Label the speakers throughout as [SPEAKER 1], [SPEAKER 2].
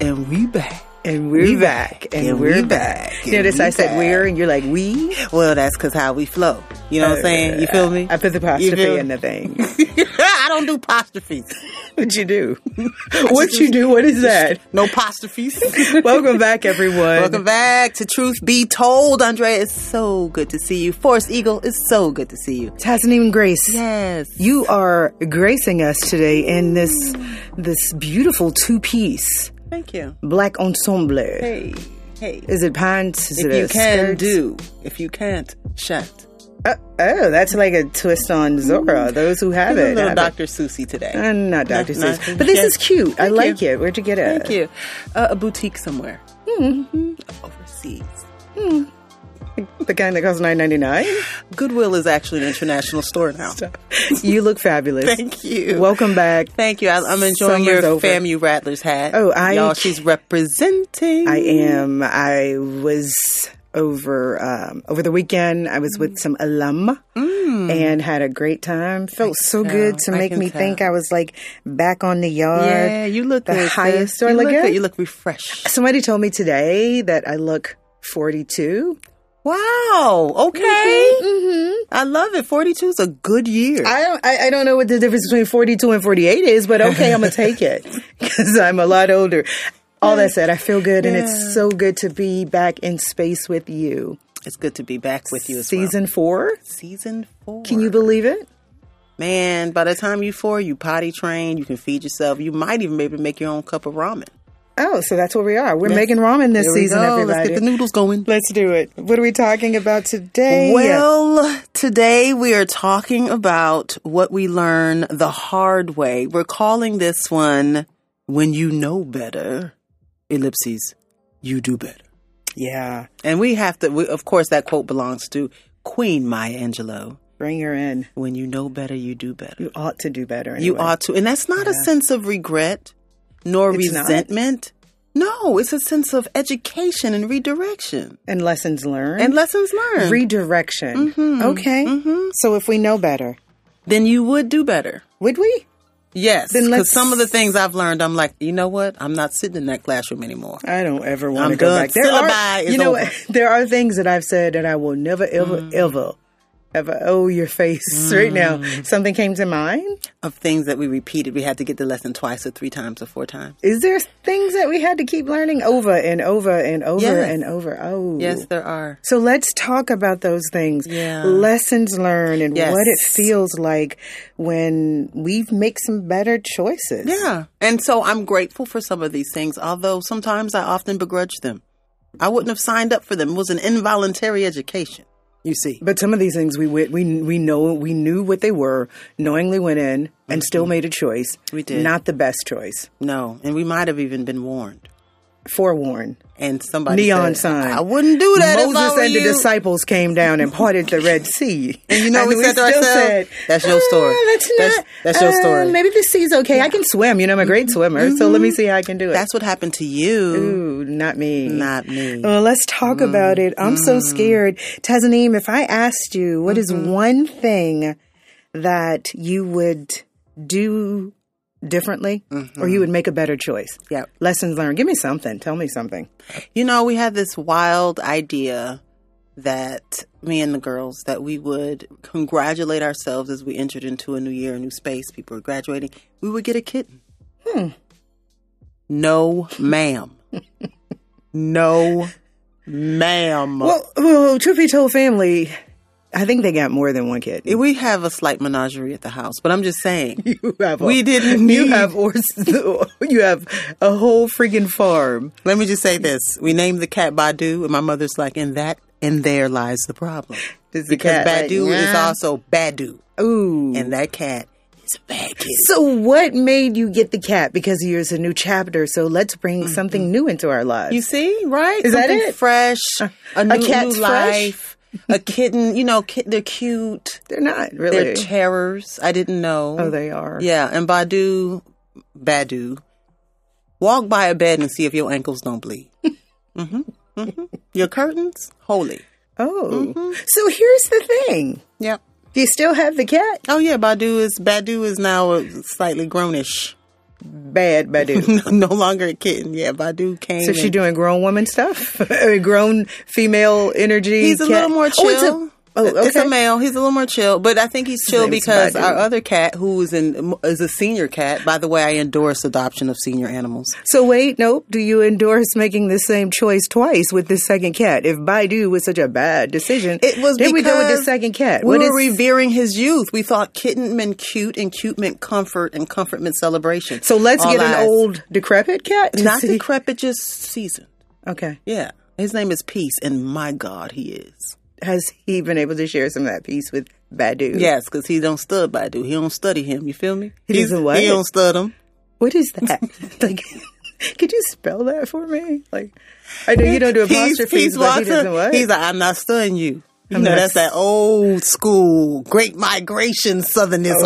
[SPEAKER 1] and we back.
[SPEAKER 2] And we're
[SPEAKER 1] We
[SPEAKER 2] back. And, we're back.
[SPEAKER 1] You know, that's
[SPEAKER 2] And
[SPEAKER 1] how I
[SPEAKER 2] we
[SPEAKER 1] said
[SPEAKER 2] back.
[SPEAKER 1] we're, and you're like we. Well, that's because how we flow. You know what I'm saying? You feel me?
[SPEAKER 2] I put the
[SPEAKER 1] You feel
[SPEAKER 2] apostrophe
[SPEAKER 1] me?
[SPEAKER 2] in the thing.
[SPEAKER 1] I don't do apostrophes.
[SPEAKER 2] what you do? what you do? What is that?
[SPEAKER 1] No apostrophes.
[SPEAKER 2] Welcome back, everyone.
[SPEAKER 1] Welcome back to Truth Be Told, Andre. It's so good to see you. Force Eagle, it's so good to see you.
[SPEAKER 2] Tasneem and Grace.
[SPEAKER 1] Yes.
[SPEAKER 2] You are gracing us today in this this beautiful two piece
[SPEAKER 1] Thank you.
[SPEAKER 2] black ensemble.
[SPEAKER 1] Hey, hey.
[SPEAKER 2] Is it pants? Is
[SPEAKER 1] if
[SPEAKER 2] it
[SPEAKER 1] you
[SPEAKER 2] a
[SPEAKER 1] can
[SPEAKER 2] skirt?
[SPEAKER 1] do, if you can't, shut.
[SPEAKER 2] Uh, oh, that's like a twist on Zora. Those who have
[SPEAKER 1] I'm Mm. a
[SPEAKER 2] it,
[SPEAKER 1] little
[SPEAKER 2] have
[SPEAKER 1] Dr. Susie today.
[SPEAKER 2] It. Uh, not Doctor
[SPEAKER 1] Not-
[SPEAKER 2] Seuss,
[SPEAKER 1] not-
[SPEAKER 2] but this
[SPEAKER 1] yeah.
[SPEAKER 2] is cute. I
[SPEAKER 1] Thank
[SPEAKER 2] like
[SPEAKER 1] you.
[SPEAKER 2] it. Where'd you get it?
[SPEAKER 1] Thank you. Uh, a boutique somewhere. Mm-hmm. Overseas.
[SPEAKER 2] The kind that costs nine ninety nine.
[SPEAKER 1] Goodwill is actually an international store now.
[SPEAKER 2] You look fabulous.
[SPEAKER 1] Thank you.
[SPEAKER 2] Welcome back.
[SPEAKER 1] Thank you. I, I'm enjoying
[SPEAKER 2] Summer's
[SPEAKER 1] your
[SPEAKER 2] over.
[SPEAKER 1] FAMU Rattlers hat.
[SPEAKER 2] Oh, I-
[SPEAKER 1] Y'all, she's representing.
[SPEAKER 2] I am. I was over um, over the weekend. I was with some alum and had a great time. Felt so
[SPEAKER 1] Mm. tell.
[SPEAKER 2] good to
[SPEAKER 1] I
[SPEAKER 2] make
[SPEAKER 1] can
[SPEAKER 2] me
[SPEAKER 1] tell.
[SPEAKER 2] think I was like back on the yard.
[SPEAKER 1] Yeah, you look
[SPEAKER 2] the
[SPEAKER 1] good, sis.
[SPEAKER 2] highest. Do
[SPEAKER 1] You
[SPEAKER 2] I look, good?
[SPEAKER 1] You look refreshed.
[SPEAKER 2] Somebody told me today that I look forty two.
[SPEAKER 1] Wow. Okay. I love it. 42 is a good year.
[SPEAKER 2] Mm-hmm. I don't. I, I don't know what the difference between forty two and forty eight is, but okay, I'm gonna take it because I'm a lot older. All that said, I feel good, and it's so good to be back in space with you.
[SPEAKER 1] it's good to be back with you as well.
[SPEAKER 2] Season four.
[SPEAKER 1] Season four.
[SPEAKER 2] Can you believe it?
[SPEAKER 1] Man, by the time you four, you potty train, you can feed yourself. You might even maybe make your own cup of ramen.
[SPEAKER 2] Oh, so that's where we are. We're making ramen this
[SPEAKER 1] There we
[SPEAKER 2] season,
[SPEAKER 1] go. Let's
[SPEAKER 2] everybody.
[SPEAKER 1] get the noodles going.
[SPEAKER 2] Let's do it. What are we talking about today?
[SPEAKER 1] Well, today we are talking about what we learn the hard way. We're calling this one When You Know Better, ellipses, you do better.
[SPEAKER 2] yeah,
[SPEAKER 1] And we have to, we, of course, that quote belongs to Queen Maya Angelou.
[SPEAKER 2] bring her in.
[SPEAKER 1] When you know better, you do better.
[SPEAKER 2] You ought to do better. Anyway.
[SPEAKER 1] You ought to. And that's not a sense of regret nor
[SPEAKER 2] It's not.
[SPEAKER 1] resentment. No, it's a sense of education and redirection
[SPEAKER 2] and lessons learned
[SPEAKER 1] and lessons learned.
[SPEAKER 2] redirection. Okay, so if we know better,
[SPEAKER 1] then you would do better.
[SPEAKER 2] would we?
[SPEAKER 1] Yes,
[SPEAKER 2] Then
[SPEAKER 1] because
[SPEAKER 2] let's-
[SPEAKER 1] some of the things I've learned, I'm like, you know what? I'm not sitting in that classroom anymore.
[SPEAKER 2] I don't ever want to
[SPEAKER 1] I'm
[SPEAKER 2] go
[SPEAKER 1] done.
[SPEAKER 2] back. There
[SPEAKER 1] Syllabi
[SPEAKER 2] are,
[SPEAKER 1] is
[SPEAKER 2] you know,
[SPEAKER 1] over. Mm.
[SPEAKER 2] what? there are things that I've said that I will never, ever, ever, ever owe your face right now.
[SPEAKER 1] Mm.
[SPEAKER 2] Something came to mind.
[SPEAKER 1] Of things that we repeated, we had to get the lesson twice or three times or four times.
[SPEAKER 2] Is there things that we had to keep learning over and over and over
[SPEAKER 1] Yes.
[SPEAKER 2] and over? Oh,
[SPEAKER 1] Yes, there are.
[SPEAKER 2] So let's talk about those things.
[SPEAKER 1] Yeah.
[SPEAKER 2] Lessons learned and
[SPEAKER 1] Yes.
[SPEAKER 2] what it feels like when we make some better choices.
[SPEAKER 1] Yeah, and so I'm grateful for some of these things, although sometimes I often begrudge them. I wouldn't have signed up for them. It was an involuntary education. You see,
[SPEAKER 2] But some of these things we went, we we know we knew what they were, knowingly went in and still made a choice.
[SPEAKER 1] Mm-hmm. We did.
[SPEAKER 2] Not the best choice.
[SPEAKER 1] no, and we might have even been warned.
[SPEAKER 2] Forewarned.
[SPEAKER 1] And somebody
[SPEAKER 2] Neon
[SPEAKER 1] said,
[SPEAKER 2] sign.
[SPEAKER 1] I wouldn't do that. if I
[SPEAKER 2] Moses
[SPEAKER 1] were
[SPEAKER 2] and the
[SPEAKER 1] you."
[SPEAKER 2] disciples came down and parted the Red Sea.
[SPEAKER 1] And you know we said to
[SPEAKER 2] still
[SPEAKER 1] ourselves, "That's your story.
[SPEAKER 2] "Uh, that's not.
[SPEAKER 1] That's- that's your
[SPEAKER 2] uh,
[SPEAKER 1] story." Mm-hmm.
[SPEAKER 2] Maybe the sea's okay. I can swim. You know, I'm a great swimmer. So let me see how I can do it.
[SPEAKER 1] That's what happened to you,
[SPEAKER 2] Ooh, not me.
[SPEAKER 1] not me.
[SPEAKER 2] Well, Oh, let's talk about it. I'm so scared. Tazaneem, if I asked you, what is one thing that you would do differently or you would make a better choice?
[SPEAKER 1] Yeah.
[SPEAKER 2] Lessons learned. Give me something. Tell me something.
[SPEAKER 1] You know, we had this wild idea that me and the girls that we would congratulate ourselves as we entered into a new year, a new space. People were graduating. We would get a kitten.
[SPEAKER 2] Hmm.
[SPEAKER 1] No, ma'am. no, ma'am.
[SPEAKER 2] Well, well, truth be told, family, I think they got more than one kid.
[SPEAKER 1] we have a slight menagerie at the house, but I'm just saying.
[SPEAKER 2] you have
[SPEAKER 1] We didn't
[SPEAKER 2] You
[SPEAKER 1] need-
[SPEAKER 2] have ors- you have a whole freaking farm.
[SPEAKER 1] Let me just say this: we named the cat Badu, and my mother's like, "And that, and there lies the problem."
[SPEAKER 2] Is the
[SPEAKER 1] because
[SPEAKER 2] cat like,
[SPEAKER 1] Badu is
[SPEAKER 2] "Meow?"
[SPEAKER 1] also Badu,
[SPEAKER 2] Ooh.
[SPEAKER 1] and that cat is a bad kitty.
[SPEAKER 2] So, what made you get the cat? Because here's a new chapter. So, let's bring something new into our lives.
[SPEAKER 1] You see, right?
[SPEAKER 2] Is that
[SPEAKER 1] Something
[SPEAKER 2] it?
[SPEAKER 1] Fresh, a new,
[SPEAKER 2] cat's fresh?
[SPEAKER 1] new life, a kitten. You know, ki- they're cute.
[SPEAKER 2] They're not
[SPEAKER 1] They're
[SPEAKER 2] really.
[SPEAKER 1] terrors. I didn't know.
[SPEAKER 2] oh, they are.
[SPEAKER 1] Yeah, and Badu, Badu, walk by a bed and see if your ankles don't bleed. hmm hmm Your curtains, holy.
[SPEAKER 2] Oh.
[SPEAKER 1] Mm-hmm.
[SPEAKER 2] So, here's the thing.
[SPEAKER 1] Yep.
[SPEAKER 2] Do you still have the cat?
[SPEAKER 1] Oh yeah, Badu is Badu is now slightly grownish.
[SPEAKER 2] bad Badu.
[SPEAKER 1] no longer a kitten. Yeah, Badu came.
[SPEAKER 2] So she
[SPEAKER 1] and-
[SPEAKER 2] doing grown woman stuff, grown female energy.
[SPEAKER 1] He's a
[SPEAKER 2] cat-
[SPEAKER 1] little more chill.
[SPEAKER 2] Oh, it's a, oh,
[SPEAKER 1] It's a
[SPEAKER 2] okay.
[SPEAKER 1] male. He's a little more chill, but I think he's chill
[SPEAKER 2] name's
[SPEAKER 1] because
[SPEAKER 2] Badu.
[SPEAKER 1] our other cat, who is in is a senior cat. By the way, I endorse adoption of senior animals.
[SPEAKER 2] So wait, nope. Do you endorse making the same choice twice with this second cat? If Baidu was such a bad decision,
[SPEAKER 1] It was
[SPEAKER 2] then we go with
[SPEAKER 1] because
[SPEAKER 2] the second cat. What
[SPEAKER 1] We were
[SPEAKER 2] is-
[SPEAKER 1] revering his youth. We thought kitten meant cute and cute meant comfort and comfort meant celebration.
[SPEAKER 2] so let's
[SPEAKER 1] All
[SPEAKER 2] get
[SPEAKER 1] eyes.
[SPEAKER 2] an old decrepit cat. to
[SPEAKER 1] not
[SPEAKER 2] see-
[SPEAKER 1] decrepit, just seasoned.
[SPEAKER 2] Okay.
[SPEAKER 1] Yeah, his name is Peace, and my God, he is.
[SPEAKER 2] Has he been able to share some of that piece with Baidu?
[SPEAKER 1] Yes, because he don't stud Baidu. He don't study him. You feel me?
[SPEAKER 2] He doesn't
[SPEAKER 1] He's-
[SPEAKER 2] what?
[SPEAKER 1] He don't stud him.
[SPEAKER 2] What is that? like, could you spell that for me? Like, I know you don't do
[SPEAKER 1] He's,
[SPEAKER 2] apostrophes,
[SPEAKER 1] he's
[SPEAKER 2] but he doesn't
[SPEAKER 1] Walter.
[SPEAKER 2] what?
[SPEAKER 1] He's like, I'm not studying you. You
[SPEAKER 2] I'm
[SPEAKER 1] know,
[SPEAKER 2] not-
[SPEAKER 1] that's that old school Great Migration Southernism.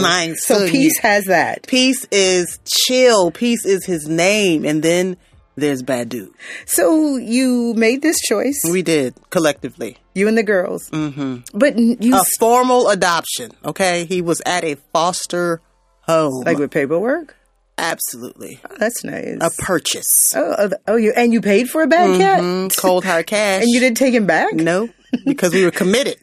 [SPEAKER 1] Mm, I ain't
[SPEAKER 2] Oh. so
[SPEAKER 1] studying you.
[SPEAKER 2] peace has that.
[SPEAKER 1] Peace is chill. Peace is his name. And then there's Badu.
[SPEAKER 2] So you made this choice,
[SPEAKER 1] We did collectively.
[SPEAKER 2] you and the girls. Mm-hmm. But n- you
[SPEAKER 1] A
[SPEAKER 2] s-
[SPEAKER 1] formal adoption. Okay. He was at a foster home.
[SPEAKER 2] like with paperwork. Oh,
[SPEAKER 1] Absolutely.
[SPEAKER 2] That's nice.
[SPEAKER 1] A purchase.
[SPEAKER 2] oh, oh, th- oh, you and you paid for a bad
[SPEAKER 1] Mm,
[SPEAKER 2] cat,
[SPEAKER 1] Cold hard cash.
[SPEAKER 2] and you didn't take him back.
[SPEAKER 1] No, because we were committed.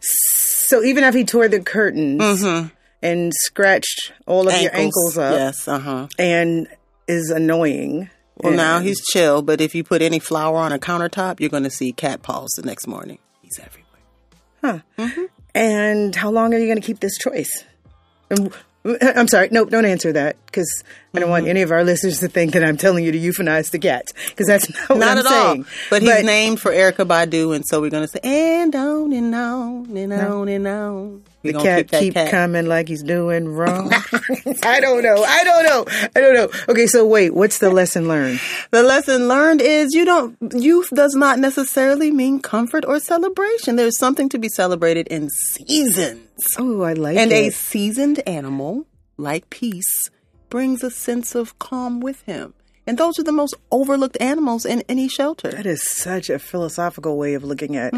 [SPEAKER 2] So even if he tore the curtains
[SPEAKER 1] Mm-hmm.
[SPEAKER 2] and scratched all of your ankles up,
[SPEAKER 1] Yes. Uh huh.
[SPEAKER 2] and is annoying.
[SPEAKER 1] Well,
[SPEAKER 2] and-
[SPEAKER 1] now he's chill, but if you put any flour on a countertop, you're going to see cat paws the next morning. He's everywhere. Mm-hmm.
[SPEAKER 2] And how long are you going to keep this choice? And- uh, I'm sorry. Nope, don't answer that because I don't
[SPEAKER 1] Mm-hmm.
[SPEAKER 2] want any of our listeners to think that I'm telling you to euthanize the cat because that's not, what
[SPEAKER 1] Not
[SPEAKER 2] I'm
[SPEAKER 1] at
[SPEAKER 2] saying.
[SPEAKER 1] all. But he's named for Erica Badu, and so we're going to say, and on and on and on and on.
[SPEAKER 2] the
[SPEAKER 1] We're gonna
[SPEAKER 2] cat
[SPEAKER 1] that
[SPEAKER 2] keep coming like he's doing wrong. I don't know. I don't know. I don't know. Okay, so wait, what's the lesson learned?
[SPEAKER 1] The lesson learned is you don't youth does not necessarily mean comfort or celebration. There's something to be celebrated in seasons.
[SPEAKER 2] Oh, I like
[SPEAKER 1] And a
[SPEAKER 2] it.
[SPEAKER 1] seasoned animal, like peace, brings a sense of calm with him. And those are the most overlooked animals in any shelter.
[SPEAKER 2] that is such a philosophical way of looking at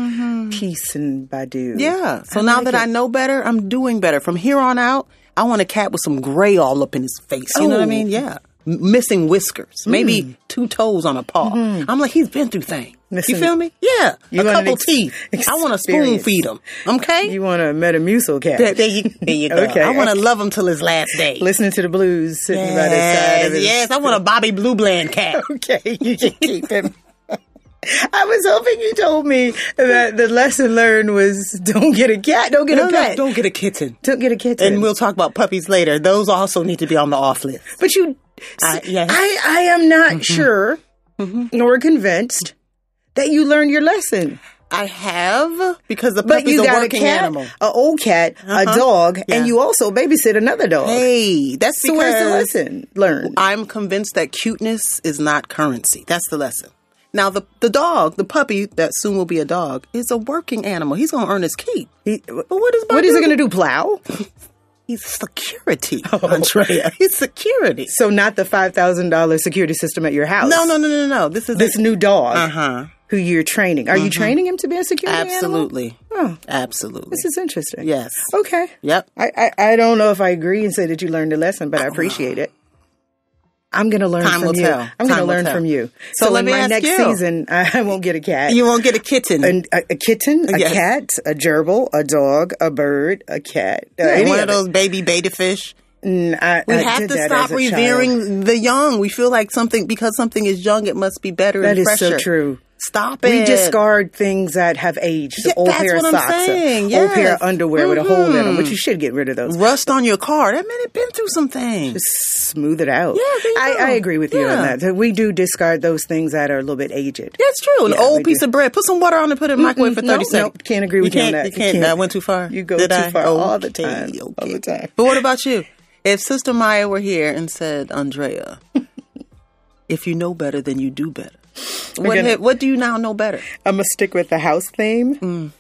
[SPEAKER 2] peace and Badu.
[SPEAKER 1] Mm-hmm. Yeah. So now that I know better, I'm doing better. From here on out, I want a cat with some gray all up in his face. You know what I
[SPEAKER 2] Oh. Mm.
[SPEAKER 1] mean? Yeah. M- missing whiskers, maybe two toes on a paw. I'm like, he's been through things.
[SPEAKER 2] Mm-hmm. Listen,
[SPEAKER 1] you feel me? Yeah.
[SPEAKER 2] you
[SPEAKER 1] A
[SPEAKER 2] want an
[SPEAKER 1] couple
[SPEAKER 2] ex-
[SPEAKER 1] teeth. I want to spoon
[SPEAKER 2] experience.
[SPEAKER 1] feed him. Okay?
[SPEAKER 2] you want a Metamucil cat.
[SPEAKER 1] there, there you, there you go.
[SPEAKER 2] Okay.
[SPEAKER 1] I want to love him till his last day.
[SPEAKER 2] listening to the blues sitting by the side
[SPEAKER 1] Yes,
[SPEAKER 2] of his
[SPEAKER 1] yes, I want a Bobby Blue Bland cat.
[SPEAKER 2] okay, you can keep him. I was hoping you told me that the lesson learned was don't get a cat, don't get a pet, don't,
[SPEAKER 1] don't get a kitten.
[SPEAKER 2] get a kitten.
[SPEAKER 1] And we'll talk about puppies later. Those also need to be on the off list.
[SPEAKER 2] but you, Uh,
[SPEAKER 1] I- yes.
[SPEAKER 2] I, I am not sure nor convinced that you learned your lesson.
[SPEAKER 1] I have because the
[SPEAKER 2] But
[SPEAKER 1] puppy's
[SPEAKER 2] you
[SPEAKER 1] a
[SPEAKER 2] got a Uh-huh.
[SPEAKER 1] working
[SPEAKER 2] cat,
[SPEAKER 1] animal.
[SPEAKER 2] a old cat, a dog,
[SPEAKER 1] Yeah.
[SPEAKER 2] and you also babysit another dog.
[SPEAKER 1] Hey, that's
[SPEAKER 2] so where's the
[SPEAKER 1] because
[SPEAKER 2] lesson learned?
[SPEAKER 1] I'm convinced that cuteness is not currency. That's the lesson. Now the the dog, the puppy that soon will be a dog, is a working animal. He's gonna earn his keep.
[SPEAKER 2] He-
[SPEAKER 1] But what is
[SPEAKER 2] what is it
[SPEAKER 1] Bobby-
[SPEAKER 2] going to do? Plow?
[SPEAKER 1] He's security, Andrea. He's security.
[SPEAKER 2] So not the five thousand dollar security system at your house.
[SPEAKER 1] No, no, no, no, no. This is
[SPEAKER 2] this new dog
[SPEAKER 1] uh-huh. Mm-hmm.
[SPEAKER 2] who you're training. Are you training him to be a security animal?
[SPEAKER 1] Absolutely.
[SPEAKER 2] Oh.
[SPEAKER 1] Absolutely.
[SPEAKER 2] This is interesting.
[SPEAKER 1] Yes.
[SPEAKER 2] Okay.
[SPEAKER 1] Yep.
[SPEAKER 2] I, I, I don't know if I agree and say that you learned a lesson, but I appreciate it. I'm going to learn
[SPEAKER 1] Time
[SPEAKER 2] from
[SPEAKER 1] will
[SPEAKER 2] you.
[SPEAKER 1] tell.
[SPEAKER 2] I'm going
[SPEAKER 1] Time
[SPEAKER 2] to
[SPEAKER 1] will
[SPEAKER 2] learn
[SPEAKER 1] tell.
[SPEAKER 2] from you.
[SPEAKER 1] So let
[SPEAKER 2] in
[SPEAKER 1] me
[SPEAKER 2] my
[SPEAKER 1] ask
[SPEAKER 2] next
[SPEAKER 1] you.
[SPEAKER 2] season, I, I won't get a cat.
[SPEAKER 1] You won't get a kitten.
[SPEAKER 2] An- a, a kitten, a
[SPEAKER 1] Yes.
[SPEAKER 2] cat, a gerbil, a dog, a bird, a cat. Uh,
[SPEAKER 1] Yeah,
[SPEAKER 2] any
[SPEAKER 1] one of
[SPEAKER 2] of it.
[SPEAKER 1] those baby beta fish.
[SPEAKER 2] Mm, I,
[SPEAKER 1] We
[SPEAKER 2] I
[SPEAKER 1] have
[SPEAKER 2] did
[SPEAKER 1] to
[SPEAKER 2] that as
[SPEAKER 1] stop
[SPEAKER 2] a child.
[SPEAKER 1] revering the young. We feel like something because something is young, it must be better
[SPEAKER 2] That
[SPEAKER 1] and
[SPEAKER 2] is so
[SPEAKER 1] fresher.
[SPEAKER 2] true.
[SPEAKER 1] Stop it.
[SPEAKER 2] We discard things that have aged. The
[SPEAKER 1] Yeah,
[SPEAKER 2] old
[SPEAKER 1] that's
[SPEAKER 2] pair of
[SPEAKER 1] what I'm
[SPEAKER 2] socks, a
[SPEAKER 1] saying.
[SPEAKER 2] old pair
[SPEAKER 1] Yes. Mm-hmm.
[SPEAKER 2] of underwear with a hole in them, which you should get rid of those.
[SPEAKER 1] rust on your car. That man had been through some things.
[SPEAKER 2] Smooth it out.
[SPEAKER 1] there you
[SPEAKER 2] I,
[SPEAKER 1] go.
[SPEAKER 2] I agree with you on
[SPEAKER 1] Yeah.
[SPEAKER 2] that. that. We do discard those things that are a little bit aged.
[SPEAKER 1] That's true. An
[SPEAKER 2] Yeah, we
[SPEAKER 1] old piece
[SPEAKER 2] do.
[SPEAKER 1] of bread. Put some water on it. Put it in the microwave for
[SPEAKER 2] no,
[SPEAKER 1] thirty seconds.
[SPEAKER 2] no, can't agree with you on
[SPEAKER 1] can't-
[SPEAKER 2] that.
[SPEAKER 1] You
[SPEAKER 2] You
[SPEAKER 1] can't.
[SPEAKER 2] can't.
[SPEAKER 1] I went too far.
[SPEAKER 2] You go
[SPEAKER 1] Did
[SPEAKER 2] too
[SPEAKER 1] I?
[SPEAKER 2] far all the
[SPEAKER 1] Okay,
[SPEAKER 2] time. All
[SPEAKER 1] okay.
[SPEAKER 2] the time.
[SPEAKER 1] But what about you? If Sister Maya were here and said, "Andrea, if you know better, then you do better." What,
[SPEAKER 2] gonna-
[SPEAKER 1] ha- what do you now know better?
[SPEAKER 2] Mm. I'm gonna stick with the house theme.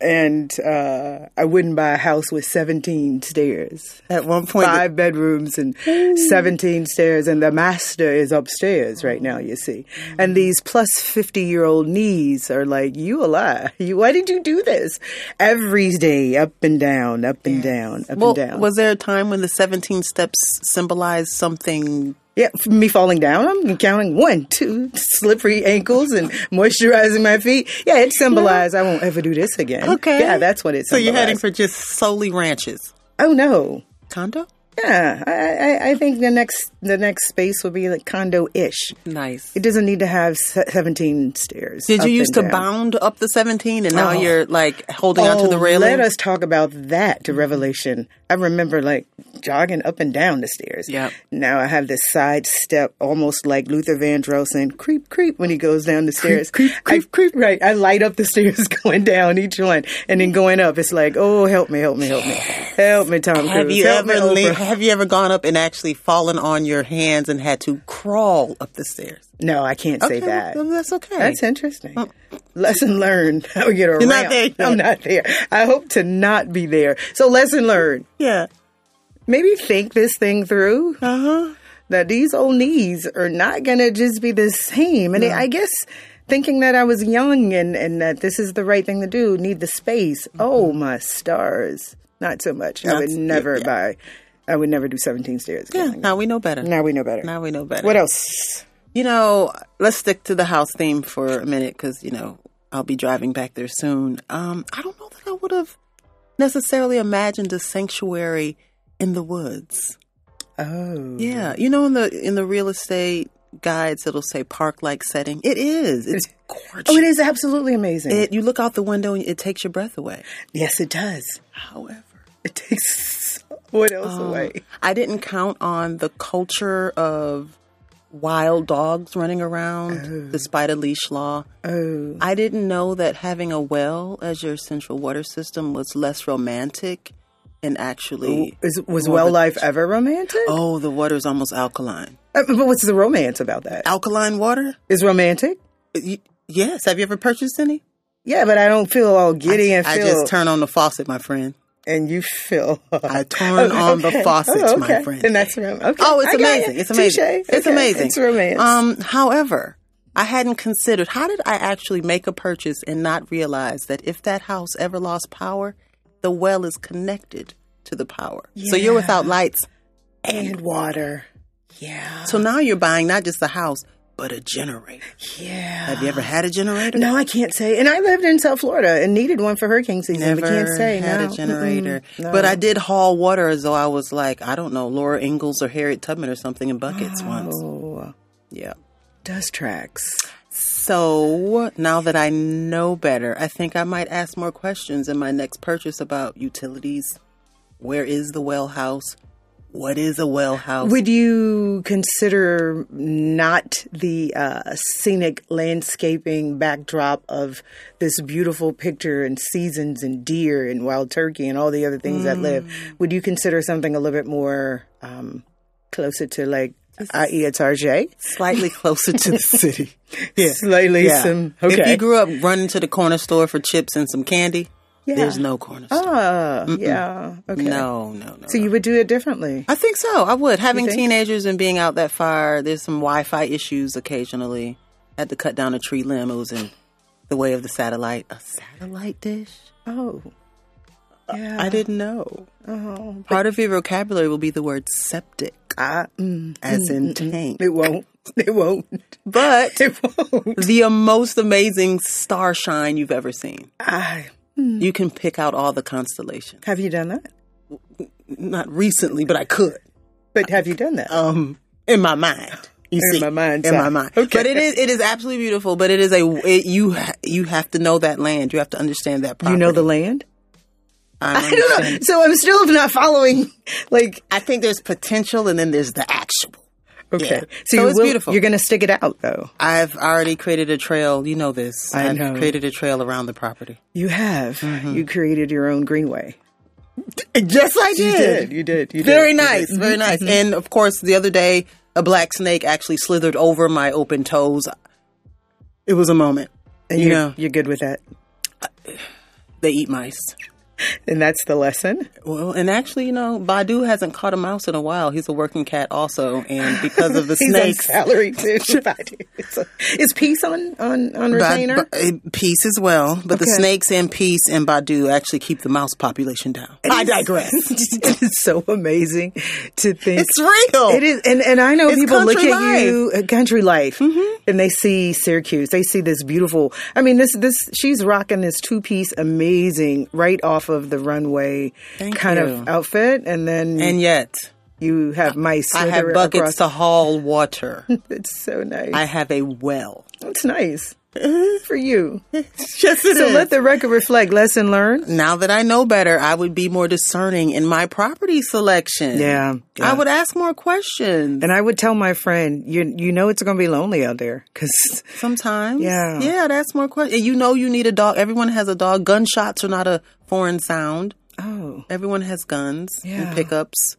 [SPEAKER 2] and uh, I wouldn't buy a house with 17 stairs.
[SPEAKER 1] At one point,
[SPEAKER 2] Five bedrooms and 17 stairs, and the master is upstairs right now, you see. And these plus 50 year old knees are like, you alive. You, why did you do this? Every day, up and down, up and down, up
[SPEAKER 1] well,
[SPEAKER 2] and down.
[SPEAKER 1] was there a time when the 17 steps symbolized something?
[SPEAKER 2] Yeah, for me falling down, I'm counting one, two, slippery ankles and moisturizing my feet. Yeah, it symbolized I won't ever do this again.
[SPEAKER 1] Okay.
[SPEAKER 2] Yeah, that's what it
[SPEAKER 1] So
[SPEAKER 2] symbolized.
[SPEAKER 1] you're heading for just solely ranches.
[SPEAKER 2] Oh, no.
[SPEAKER 1] Condo?
[SPEAKER 2] Yeah, I, I, I think the next the next space would be like condo ish.
[SPEAKER 1] Nice.
[SPEAKER 2] It doesn't need to have se- seventeen stairs.
[SPEAKER 1] Did
[SPEAKER 2] up
[SPEAKER 1] you used
[SPEAKER 2] and down.
[SPEAKER 1] to bound up the 17 and now you're like holding
[SPEAKER 2] Oh,
[SPEAKER 1] onto the railing?
[SPEAKER 2] let us talk about that to Revelation. I remember like jogging up and down the stairs.
[SPEAKER 1] Yep.
[SPEAKER 2] Now I have this side step, almost like Luther Vandross and creep, creep when he goes down the stairs. Creep, creep, creep. Right. I light up the stairs going down each one and then going up. It's like, oh, help me, help me, help me, help me, Tom
[SPEAKER 1] Have
[SPEAKER 2] Cruise.
[SPEAKER 1] you
[SPEAKER 2] help
[SPEAKER 1] ever
[SPEAKER 2] me, Oprah.
[SPEAKER 1] le- have you ever gone up and actually fallen on your hands and had to crawl up the stairs?
[SPEAKER 2] No, I can't say
[SPEAKER 1] Okay,
[SPEAKER 2] that.
[SPEAKER 1] well, that's okay.
[SPEAKER 2] That's interesting. Lesson learned. I'll get around.
[SPEAKER 1] not there yet.
[SPEAKER 2] I'm not there. I hope to not be there. So lesson learned.
[SPEAKER 1] Yeah.
[SPEAKER 2] Maybe think this thing through.
[SPEAKER 1] Uh huh.
[SPEAKER 2] That these old knees are not gonna just be the same. And it- I guess thinking that I was young and and that this is the right thing to do, need the space. Oh my stars! Not so much. I
[SPEAKER 1] Mm-hmm. Not
[SPEAKER 2] would
[SPEAKER 1] so-
[SPEAKER 2] never
[SPEAKER 1] yeah.
[SPEAKER 2] buy. I would never do 17 stairs.
[SPEAKER 1] Yeah.
[SPEAKER 2] again.
[SPEAKER 1] Now we know better.
[SPEAKER 2] Now we know better.
[SPEAKER 1] Now we know better.
[SPEAKER 2] What else?
[SPEAKER 1] You know, let's stick to the house theme for a minute because you know I'll be driving back there soon. Um, I don't know that I would have necessarily imagined a sanctuary in the woods.
[SPEAKER 2] Oh,
[SPEAKER 1] Yeah, you know, in the in the real estate guides, it'll say park like setting. It is. It's gorgeous.
[SPEAKER 2] oh, it is absolutely amazing.
[SPEAKER 1] It, you look out the window and it takes your breath away.
[SPEAKER 2] yes, it does.
[SPEAKER 1] However,
[SPEAKER 2] It takes what else
[SPEAKER 1] Oh.
[SPEAKER 2] away?
[SPEAKER 1] I didn't count on the culture of wild dogs running around despite a leash law.
[SPEAKER 2] Oh,
[SPEAKER 1] I didn't know that having a well as your central water system was less romantic and actually.
[SPEAKER 2] Oh, is, was
[SPEAKER 1] more
[SPEAKER 2] well
[SPEAKER 1] of a-
[SPEAKER 2] life ever romantic?
[SPEAKER 1] Oh, the water's almost alkaline.
[SPEAKER 2] Uh, But what's the romance about that?
[SPEAKER 1] Alkaline water?
[SPEAKER 2] Is romantic?
[SPEAKER 1] Y- Yes. Have you ever purchased any?
[SPEAKER 2] Yeah, but I don't feel all giddy and
[SPEAKER 1] I
[SPEAKER 2] feel
[SPEAKER 1] just turn on the faucet, my friend.
[SPEAKER 2] and you feel.
[SPEAKER 1] I turn on the faucet,
[SPEAKER 2] oh,
[SPEAKER 1] my
[SPEAKER 2] okay.
[SPEAKER 1] friend.
[SPEAKER 2] And that's rom- okay.
[SPEAKER 1] Oh,
[SPEAKER 2] I
[SPEAKER 1] it's
[SPEAKER 2] got
[SPEAKER 1] amazing.
[SPEAKER 2] you.
[SPEAKER 1] It's amazing.
[SPEAKER 2] Touche.
[SPEAKER 1] It's
[SPEAKER 2] Okay.
[SPEAKER 1] amazing.
[SPEAKER 2] It's romance.
[SPEAKER 1] Um, however, I hadn't considered how did I actually make a purchase and not realize that if that house ever lost power, the well is connected to the power. So you're without lights.
[SPEAKER 2] and water. Yeah.
[SPEAKER 1] So now you're buying not just a house, but a generator.
[SPEAKER 2] Yeah.
[SPEAKER 1] Have you ever had a generator?
[SPEAKER 2] No, I can't say. And I lived in South Florida and needed one for hurricane season.
[SPEAKER 1] Never
[SPEAKER 2] but can't say
[SPEAKER 1] had
[SPEAKER 2] no.
[SPEAKER 1] a generator,
[SPEAKER 2] Mm-mm. No.
[SPEAKER 1] but I did haul water as though I was like I don't know Laura Ingalls or Harriet Tubman or something in buckets once.
[SPEAKER 2] Oh,
[SPEAKER 1] Yeah.
[SPEAKER 2] dust tracks.
[SPEAKER 1] So now that I know better, I think I might ask more questions in my next purchase about utilities. Where is the well house? What is a well house?
[SPEAKER 2] Would you consider not the uh, scenic landscaping backdrop of this beautiful picture and seasons and deer and wild turkey and all the other things that live?
[SPEAKER 1] Mm.
[SPEAKER 2] Would you consider something a little bit more um, closer to like i.e. a E Target?
[SPEAKER 1] Slightly closer to the city.
[SPEAKER 2] Yeah. Slightly
[SPEAKER 1] Yeah.
[SPEAKER 2] some.
[SPEAKER 1] If
[SPEAKER 2] Okay.
[SPEAKER 1] you grew up running to the corner store for chips and some candy,
[SPEAKER 2] Yeah.
[SPEAKER 1] there's no corner store.
[SPEAKER 2] Ah, yeah. Okay.
[SPEAKER 1] No, no, no.
[SPEAKER 2] So you would do it differently.
[SPEAKER 1] I think so. I would. Having
[SPEAKER 2] think?
[SPEAKER 1] teenagers and being out that far, there's some Wi Fi issues occasionally. had to cut down a tree limb. It was in the way of the satellite. A satellite dish?
[SPEAKER 2] Oh. Yeah.
[SPEAKER 1] Uh, I didn't know.
[SPEAKER 2] Oh.
[SPEAKER 1] Part of your vocabulary will be the word septic,
[SPEAKER 2] I, mm,
[SPEAKER 1] as in tank.
[SPEAKER 2] it won't. It won't.
[SPEAKER 1] But
[SPEAKER 2] It won't.
[SPEAKER 1] the most amazing starshine you've ever seen.
[SPEAKER 2] I,
[SPEAKER 1] You can pick out all the constellations.
[SPEAKER 2] have you done that?
[SPEAKER 1] Not recently, but I could.
[SPEAKER 2] But have you done that?
[SPEAKER 1] Um, in my mind. You
[SPEAKER 2] In
[SPEAKER 1] see,
[SPEAKER 2] my mind's
[SPEAKER 1] in my
[SPEAKER 2] eye.
[SPEAKER 1] mind.
[SPEAKER 2] Okay.
[SPEAKER 1] But it is it is absolutely beautiful. But it is a it, you ha- you have to know that land. You have to understand that. Property.
[SPEAKER 2] you know the land?
[SPEAKER 1] I,
[SPEAKER 2] I don't know. So I'm still not following. Like,
[SPEAKER 1] I think there's potential, and then there's the actual.
[SPEAKER 2] okay.
[SPEAKER 1] Yeah. So
[SPEAKER 2] So, you
[SPEAKER 1] it's
[SPEAKER 2] will,
[SPEAKER 1] beautiful.
[SPEAKER 2] You're going to stick it out, though.
[SPEAKER 1] I've already created a trail. You know this.
[SPEAKER 2] I
[SPEAKER 1] have
[SPEAKER 2] know.
[SPEAKER 1] created a trail around the property.
[SPEAKER 2] You have. You created your own greenway.
[SPEAKER 1] Yes, I
[SPEAKER 2] You did. You did. You did.
[SPEAKER 1] Very
[SPEAKER 2] You did.
[SPEAKER 1] nice, very nice. And of course, the other day, a black snake actually slithered over my open toes. It was a moment.
[SPEAKER 2] And
[SPEAKER 1] you
[SPEAKER 2] you're,
[SPEAKER 1] know,
[SPEAKER 2] you're good with that.
[SPEAKER 1] They eat mice.
[SPEAKER 2] And that's the lesson.
[SPEAKER 1] Well, and actually, you know, Badu hasn't caught a mouse in a while. He's a working cat also, and because of the
[SPEAKER 2] He's
[SPEAKER 1] snakes,
[SPEAKER 2] on salary too. it's a, is peace on on on retainer?
[SPEAKER 1] Ba- Ba- uh, peace as well, but the
[SPEAKER 2] Okay.
[SPEAKER 1] snakes and peace and Badu actually keep the mouse population down. I digress.
[SPEAKER 2] it's so amazing to think
[SPEAKER 1] It's real.
[SPEAKER 2] It is, and, and I know
[SPEAKER 1] Oh. It's
[SPEAKER 2] people look
[SPEAKER 1] country Mm-hmm.
[SPEAKER 2] at you, uh, country life, and they see Syracuse. They see this beautiful. I mean, this this she's rocking this two piece, amazing, right off of the runway
[SPEAKER 1] Thank
[SPEAKER 2] kind
[SPEAKER 1] you.
[SPEAKER 2] of outfit, and then
[SPEAKER 1] And yet,
[SPEAKER 2] you have mice.
[SPEAKER 1] I have
[SPEAKER 2] slither
[SPEAKER 1] buckets
[SPEAKER 2] across-
[SPEAKER 1] to haul water.
[SPEAKER 2] It's so nice.
[SPEAKER 1] I have a well.
[SPEAKER 2] it's nice for you.
[SPEAKER 1] Yes, it
[SPEAKER 2] So let the record reflect. Lesson learned.
[SPEAKER 1] now that I know better, I would be more discerning in my property selection.
[SPEAKER 2] Yeah, yeah.
[SPEAKER 1] I would ask more questions.
[SPEAKER 2] And I would tell my friend, you you know it's going to be lonely out there because
[SPEAKER 1] Sometimes.
[SPEAKER 2] Yeah.
[SPEAKER 1] Yeah, that's more question. You know you need a dog. Everyone has a dog. Gunshots are not a foreign sound.
[SPEAKER 2] oh,
[SPEAKER 1] Everyone has guns
[SPEAKER 2] Yeah.
[SPEAKER 1] and pickups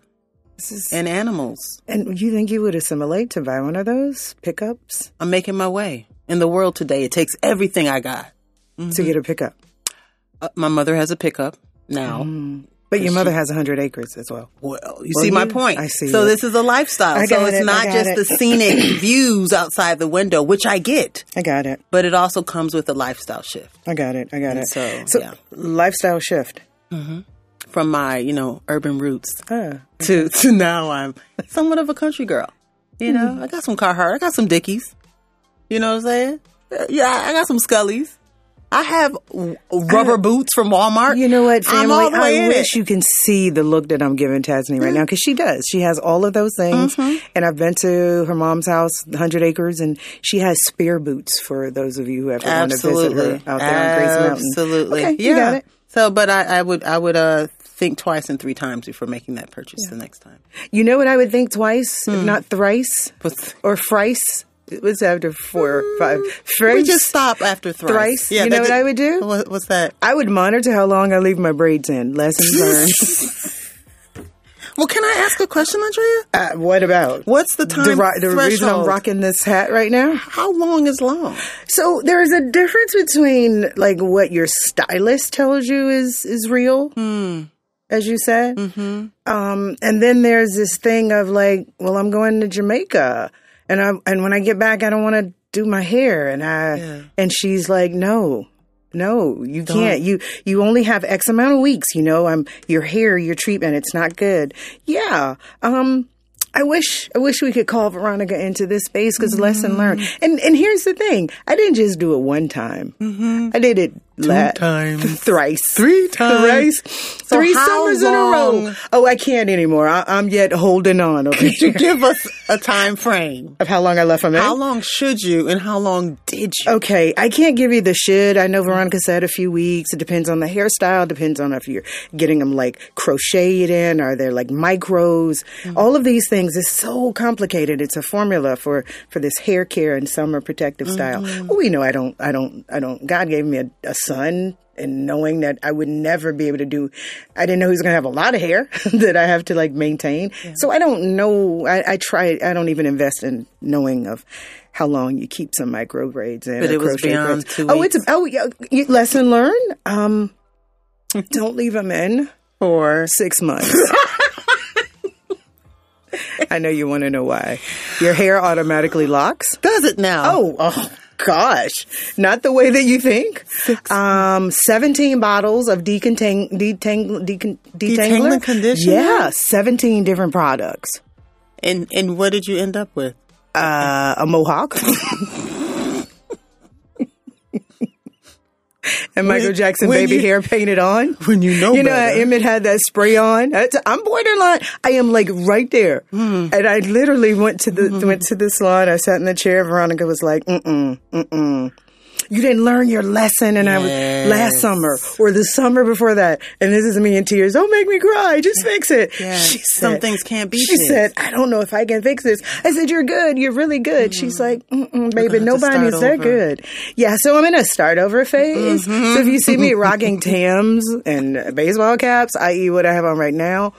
[SPEAKER 2] this is
[SPEAKER 1] and animals.
[SPEAKER 2] And you think you would assimilate to buy one of those pickups
[SPEAKER 1] I'm making my way. In the world today, it takes everything I got.
[SPEAKER 2] to get a pickup?
[SPEAKER 1] Uh, my mother has a pickup now.
[SPEAKER 2] But your mother has 100 acres as well.
[SPEAKER 1] Well, you
[SPEAKER 2] Well,
[SPEAKER 1] see my
[SPEAKER 2] you-
[SPEAKER 1] point.
[SPEAKER 2] I see
[SPEAKER 1] So
[SPEAKER 2] it.
[SPEAKER 1] this is a lifestyle.
[SPEAKER 2] I
[SPEAKER 1] so
[SPEAKER 2] got
[SPEAKER 1] it's
[SPEAKER 2] it, I
[SPEAKER 1] not
[SPEAKER 2] got
[SPEAKER 1] just
[SPEAKER 2] it.
[SPEAKER 1] the scenic views outside the window, which I get,
[SPEAKER 2] I got it.
[SPEAKER 1] but it also comes with a lifestyle shift
[SPEAKER 2] I got it. I got it.
[SPEAKER 1] so, yeah.
[SPEAKER 2] lifestyle shift.
[SPEAKER 1] from my, you know, urban roots
[SPEAKER 2] Ah.
[SPEAKER 1] to to now I'm somewhat of a country girl. You
[SPEAKER 2] Hmm.
[SPEAKER 1] know, I got some Carhartt, I got some Dickies. You know what I'm saying? Uh, Yeah, I I got some Scullies. I have w- rubber boots from Walmart.
[SPEAKER 2] You know what,
[SPEAKER 1] I'm
[SPEAKER 2] family?
[SPEAKER 1] all the way
[SPEAKER 2] I
[SPEAKER 1] in
[SPEAKER 2] wish
[SPEAKER 1] it. Mm-hmm.
[SPEAKER 2] you can see the look that I'm giving Tasney right now because she does. She has all of those things. And I've been to her mom's house, 100 acres, and she has spear boots for those of you who ever want to
[SPEAKER 1] Absolutely,
[SPEAKER 2] visit her out there on Grace Mountain.
[SPEAKER 1] absolutely.
[SPEAKER 2] Okay,
[SPEAKER 1] yeah.
[SPEAKER 2] you got it.
[SPEAKER 1] So, but I, I would I would uh think twice and three times before making that purchase the next time.
[SPEAKER 2] You know what I would think twice,
[SPEAKER 1] Hmm.
[SPEAKER 2] if not thrice?
[SPEAKER 1] But
[SPEAKER 2] or thrice. It was after four or five. Thrice.
[SPEAKER 1] we just stop after thrice.
[SPEAKER 2] Thrice? You know
[SPEAKER 1] that-
[SPEAKER 2] what I would do?
[SPEAKER 1] What, what's that?
[SPEAKER 2] I would monitor how long I leave my braids in. Lesson learned.
[SPEAKER 1] Well, can I ask a question, Andrea?
[SPEAKER 2] uh, what about?
[SPEAKER 1] What's the time
[SPEAKER 2] The, ri- the reason I'm
[SPEAKER 1] threshold?
[SPEAKER 2] rocking this hat right now.
[SPEAKER 1] How long is long?
[SPEAKER 2] So there's a difference between like what your stylist tells you is is real, as you said,
[SPEAKER 1] Mm-hmm.
[SPEAKER 2] um, and then there's this thing of like, well, I'm going to Jamaica, and I and when I get back, I don't want to do my hair, and I
[SPEAKER 1] Yeah.
[SPEAKER 2] and she's like, no. No, you can't. You you only have X amount of weeks. You know, um, your hair, your treatment, it's not good. Yeah. Um, I wish I wish we could call Veronica into this space because
[SPEAKER 1] Mm-hmm.
[SPEAKER 2] lesson learned. And and here's the thing: I didn't just do it one time. I did it two
[SPEAKER 1] Mm-hmm. times.
[SPEAKER 2] thrice,
[SPEAKER 1] Three times.
[SPEAKER 2] thrice, three
[SPEAKER 1] how
[SPEAKER 2] summers in a
[SPEAKER 1] long-
[SPEAKER 2] row. Oh, I can't anymore. I, I'm yet holding on over
[SPEAKER 1] Could you
[SPEAKER 2] here
[SPEAKER 1] give us a time frame?
[SPEAKER 2] of how long I left them in.
[SPEAKER 1] How long should you and how long did you?
[SPEAKER 2] Okay, I can't give you the should. I know Veronica said a few weeks. It depends on the hairstyle. Depends on if you're getting them like crocheted in, or they're like micros. All of these things is so complicated. It's a formula for for this hair care and summer protective style. Well, we know I don't, I don't, I don't. God gave me a, a son. And knowing that I would never be able to do, I didn't know he was going to have a lot of hair that I have to like maintain. So I don't know. I, I try. I don't even invest in knowing of how long you keep some micro braids in.
[SPEAKER 1] But
[SPEAKER 2] or
[SPEAKER 1] it was
[SPEAKER 2] crochet
[SPEAKER 1] beyond
[SPEAKER 2] braids.
[SPEAKER 1] two
[SPEAKER 2] Oh, it's a, oh yeah. you- Lesson learned. Um, don't leave them in for six months. I know you want to know why. Your hair automatically locks.
[SPEAKER 1] Does it now?
[SPEAKER 2] Oh, oh gosh. Not the way that you think. Um, 17 bottles of decontang- detang- decon- detangler.
[SPEAKER 1] Detangling conditioner?
[SPEAKER 2] Yeah, 17 different products.
[SPEAKER 1] and and what did you end up with?
[SPEAKER 2] Uh, a mohawk. And Michael Jackson
[SPEAKER 1] when
[SPEAKER 2] baby
[SPEAKER 1] you-
[SPEAKER 2] hair painted on.
[SPEAKER 1] When you know
[SPEAKER 2] you know,
[SPEAKER 1] better.
[SPEAKER 2] Emmett had that spray on. That's- I'm borderline. I am like right there,
[SPEAKER 1] Hmm.
[SPEAKER 2] and I literally went to the went to the salon. I sat in the chair. Veronica was like, "Mm mm mm mm." You didn't learn your lesson, and I was last
[SPEAKER 1] Yes.
[SPEAKER 2] summer or the summer before that, and this is me in tears. Don't make me cry. Just fix it.
[SPEAKER 1] Yes. Some things can't be
[SPEAKER 2] She
[SPEAKER 1] fixed.
[SPEAKER 2] said, "I don't know if I can fix this." I said, "You're good. You're really good." She's like, Mm-mm, "Baby,
[SPEAKER 1] have to
[SPEAKER 2] nobody's
[SPEAKER 1] start
[SPEAKER 2] that
[SPEAKER 1] over.
[SPEAKER 2] good." Yeah, so I'm in a start over phase. So if you see me rocking
[SPEAKER 1] Mm-hmm.
[SPEAKER 2] Tams and baseball caps, i.e., what I have on right now,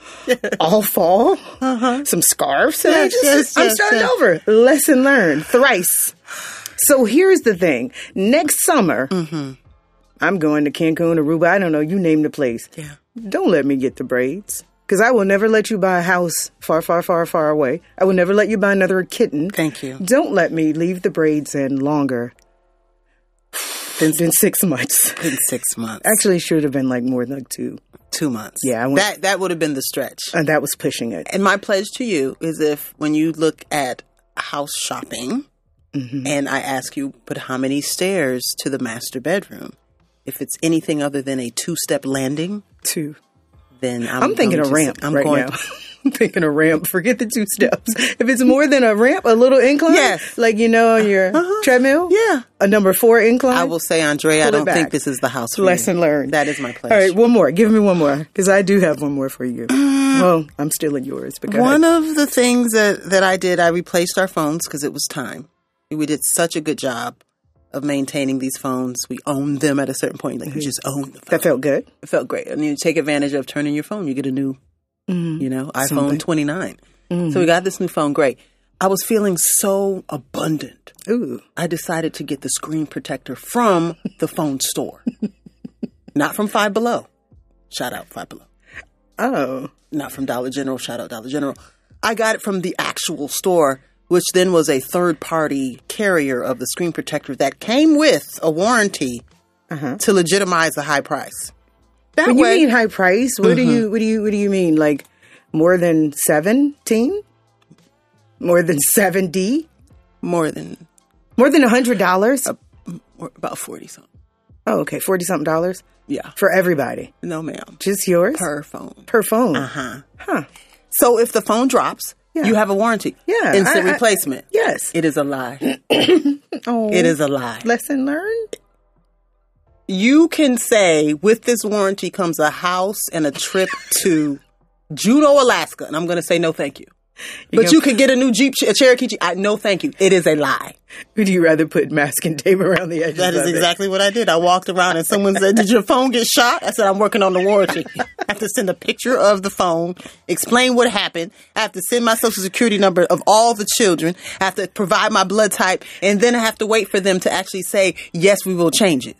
[SPEAKER 2] all fall, some scarves, and I
[SPEAKER 1] Uh-huh. Yes,
[SPEAKER 2] just-
[SPEAKER 1] yes,
[SPEAKER 2] I'm
[SPEAKER 1] yes,
[SPEAKER 2] starting
[SPEAKER 1] yes.
[SPEAKER 2] over. Lesson
[SPEAKER 1] Mm-hmm.
[SPEAKER 2] learned thrice. So here's the thing: next summer. I'm going to Cancun, Aruba, I don't know, you name the place.
[SPEAKER 1] Yeah.
[SPEAKER 2] Don't let me get the braids. Because I will never let you buy a house far, far, far, far away. I will never let you buy another kitten.
[SPEAKER 1] Thank you.
[SPEAKER 2] Don't let me leave the braids in longer than, than six months.
[SPEAKER 1] Been six months.
[SPEAKER 2] Actually, it should have been like more than like two.
[SPEAKER 1] two months.
[SPEAKER 2] Yeah, I went-
[SPEAKER 1] that that would have been the stretch.
[SPEAKER 2] And that was pushing it.
[SPEAKER 1] And my pledge to you is if when you look at house shopping
[SPEAKER 2] Mm-hmm.
[SPEAKER 1] and I ask you, but how many stairs to the master bedroom? If it's anything other than a two step landing,
[SPEAKER 2] Two.
[SPEAKER 1] then I'm,
[SPEAKER 2] I'm thinking
[SPEAKER 1] going
[SPEAKER 2] a
[SPEAKER 1] to s-
[SPEAKER 2] ramp
[SPEAKER 1] I'm
[SPEAKER 2] right
[SPEAKER 1] going
[SPEAKER 2] now. I'm thinking a ramp. Forget the two steps. If it's more than a ramp, a little incline,
[SPEAKER 1] Yes. Uh-huh.
[SPEAKER 2] like you know on your treadmill,
[SPEAKER 1] Yeah.
[SPEAKER 2] a number four incline.
[SPEAKER 1] I will say, Andre, I
[SPEAKER 2] Pull it
[SPEAKER 1] don't think
[SPEAKER 2] back.
[SPEAKER 1] this is the house for you.
[SPEAKER 2] Lesson learned.
[SPEAKER 1] That is my pledge.
[SPEAKER 2] All right, one more. Give me one more because I do have one more for you. well, I'm stealing yours. But go
[SPEAKER 1] One
[SPEAKER 2] ahead.
[SPEAKER 1] of the things that, that I did, I replaced our phones because it was time. We did such a good job of maintaining these phones. We owned them at a certain point.
[SPEAKER 2] Mm-hmm.
[SPEAKER 1] Like, we just owned the phone.
[SPEAKER 2] that felt good.
[SPEAKER 1] It felt great. And you take advantage of turning your phone. You get a new,
[SPEAKER 2] Mm-hmm.
[SPEAKER 1] you know, iPhone 29. So we got this new phone. Great. I was feeling so abundant.
[SPEAKER 2] Ooh,
[SPEAKER 1] I decided to get the screen protector from the phone store, not from Five Below. Shout out Five Below
[SPEAKER 2] oh,
[SPEAKER 1] not from Dollar General. Shout out Dollar General. I got it from the actual store, which then was a third party carrier of the screen protector that came with a warranty to legitimize the high price. That
[SPEAKER 2] when Uh-huh. you
[SPEAKER 1] way,
[SPEAKER 2] mean high price, what do you what do you what do you mean? Like more than seventeen? More than seventy?
[SPEAKER 1] more than
[SPEAKER 2] More than a hundred dollars?
[SPEAKER 1] or about forty something.
[SPEAKER 2] Oh, okay, forty something dollars
[SPEAKER 1] Yeah,
[SPEAKER 2] for everybody.
[SPEAKER 1] no, ma'am,
[SPEAKER 2] Just yours
[SPEAKER 1] per phone.
[SPEAKER 2] per Uh-huh. phone.
[SPEAKER 1] Huh.
[SPEAKER 2] Huh.
[SPEAKER 1] So if the phone drops,
[SPEAKER 2] Yeah.
[SPEAKER 1] you have a warranty.
[SPEAKER 2] Yeah,
[SPEAKER 1] instant
[SPEAKER 2] I- I-
[SPEAKER 1] replacement.
[SPEAKER 2] Yes.
[SPEAKER 1] It is a lie.
[SPEAKER 2] oh,
[SPEAKER 1] It is a lie.
[SPEAKER 2] lesson learned.
[SPEAKER 1] you can say with this warranty comes a house and a trip to Juneau, Alaska, and I'm going to say no, thank you. But
[SPEAKER 2] go-
[SPEAKER 1] you could get a new Jeep, a Cherokee Jeep. I, no, thank you. It is a lie.
[SPEAKER 2] Would you rather put mask and tape around the edges?
[SPEAKER 1] That is
[SPEAKER 2] of it?
[SPEAKER 1] exactly what I did. I walked around and someone said, "Did your phone get shot?" I said, "I'm working on the warranty." I have to send a picture of the phone, explain what happened. I have to send my social security number of all the children. I have to provide my blood type, and then I have to wait for them to actually say, "Yes, we will change it."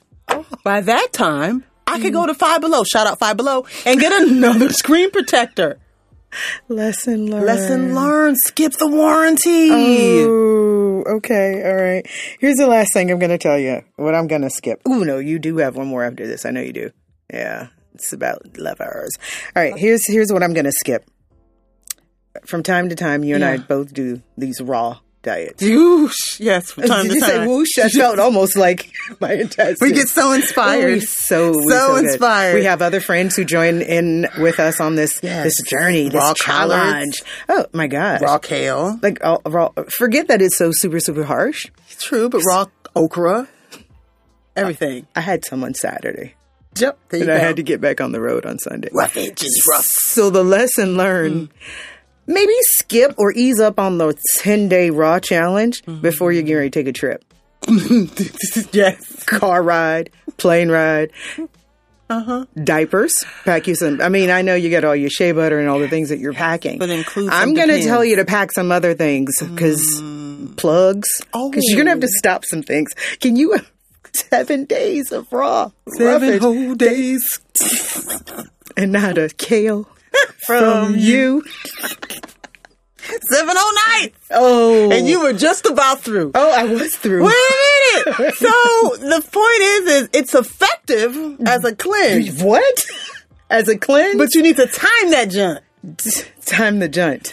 [SPEAKER 1] By that time, I could go to Five Below. Shout out Five Below and get another screen protector.
[SPEAKER 2] Lesson learned.
[SPEAKER 1] Lesson learned. Skip the warranty.
[SPEAKER 2] Oh. Ooh, okay, all right. Here's the last thing I'm going to tell you. What I'm going to skip. Ooh, no, you do have one more after this. I know you do. Yeah, it's about love hours. All right, here's here's what I'm going to skip. From time to time, you and I both do these raw diets.
[SPEAKER 1] Whoosh. Yes, from time
[SPEAKER 2] Did
[SPEAKER 1] to
[SPEAKER 2] you
[SPEAKER 1] time.
[SPEAKER 2] say whoosh? I felt almost like my intestines.
[SPEAKER 1] We get so
[SPEAKER 2] Oh,
[SPEAKER 1] inspired.
[SPEAKER 2] we so we
[SPEAKER 1] so,
[SPEAKER 2] good.
[SPEAKER 1] inspired.
[SPEAKER 2] We have other friends who join in with us on this
[SPEAKER 1] Yes.
[SPEAKER 2] this journey, this
[SPEAKER 1] Raw
[SPEAKER 2] challenge. Oh my gosh!
[SPEAKER 1] raw kale.
[SPEAKER 2] like all, raw. Forget that it's so super super harsh.
[SPEAKER 1] True, but raw okra. Everything.
[SPEAKER 2] I had some on Saturday,
[SPEAKER 1] Yep. There you
[SPEAKER 2] and
[SPEAKER 1] go.
[SPEAKER 2] I had to get back on the road on Sunday. Mm.
[SPEAKER 1] rough edge is rough.
[SPEAKER 2] So the lesson learned. Maybe skip or ease up on the 10 day raw challenge before you're getting ready to take a trip.
[SPEAKER 1] yes.
[SPEAKER 2] car ride, plane ride, Uh-huh. diapers. Pack you some. I mean, I know you got all your shea butter and all the things that you're packing,
[SPEAKER 1] but include some
[SPEAKER 2] I'm gonna
[SPEAKER 1] Depends.
[SPEAKER 2] tell you to pack some other things because Mm. plugs. because you're gonna have to stop some things. Can you? Seven days of raw roughage
[SPEAKER 1] whole days
[SPEAKER 2] and not a kale from you.
[SPEAKER 1] Seven whole nights.
[SPEAKER 2] Oh,
[SPEAKER 1] And you were just about through.
[SPEAKER 2] Oh, I was through.
[SPEAKER 1] Wait a minute. so the point is, is it's effective as a cleanse,
[SPEAKER 2] What? As a cleanse,
[SPEAKER 1] but you need to time that junk.
[SPEAKER 2] time the junt.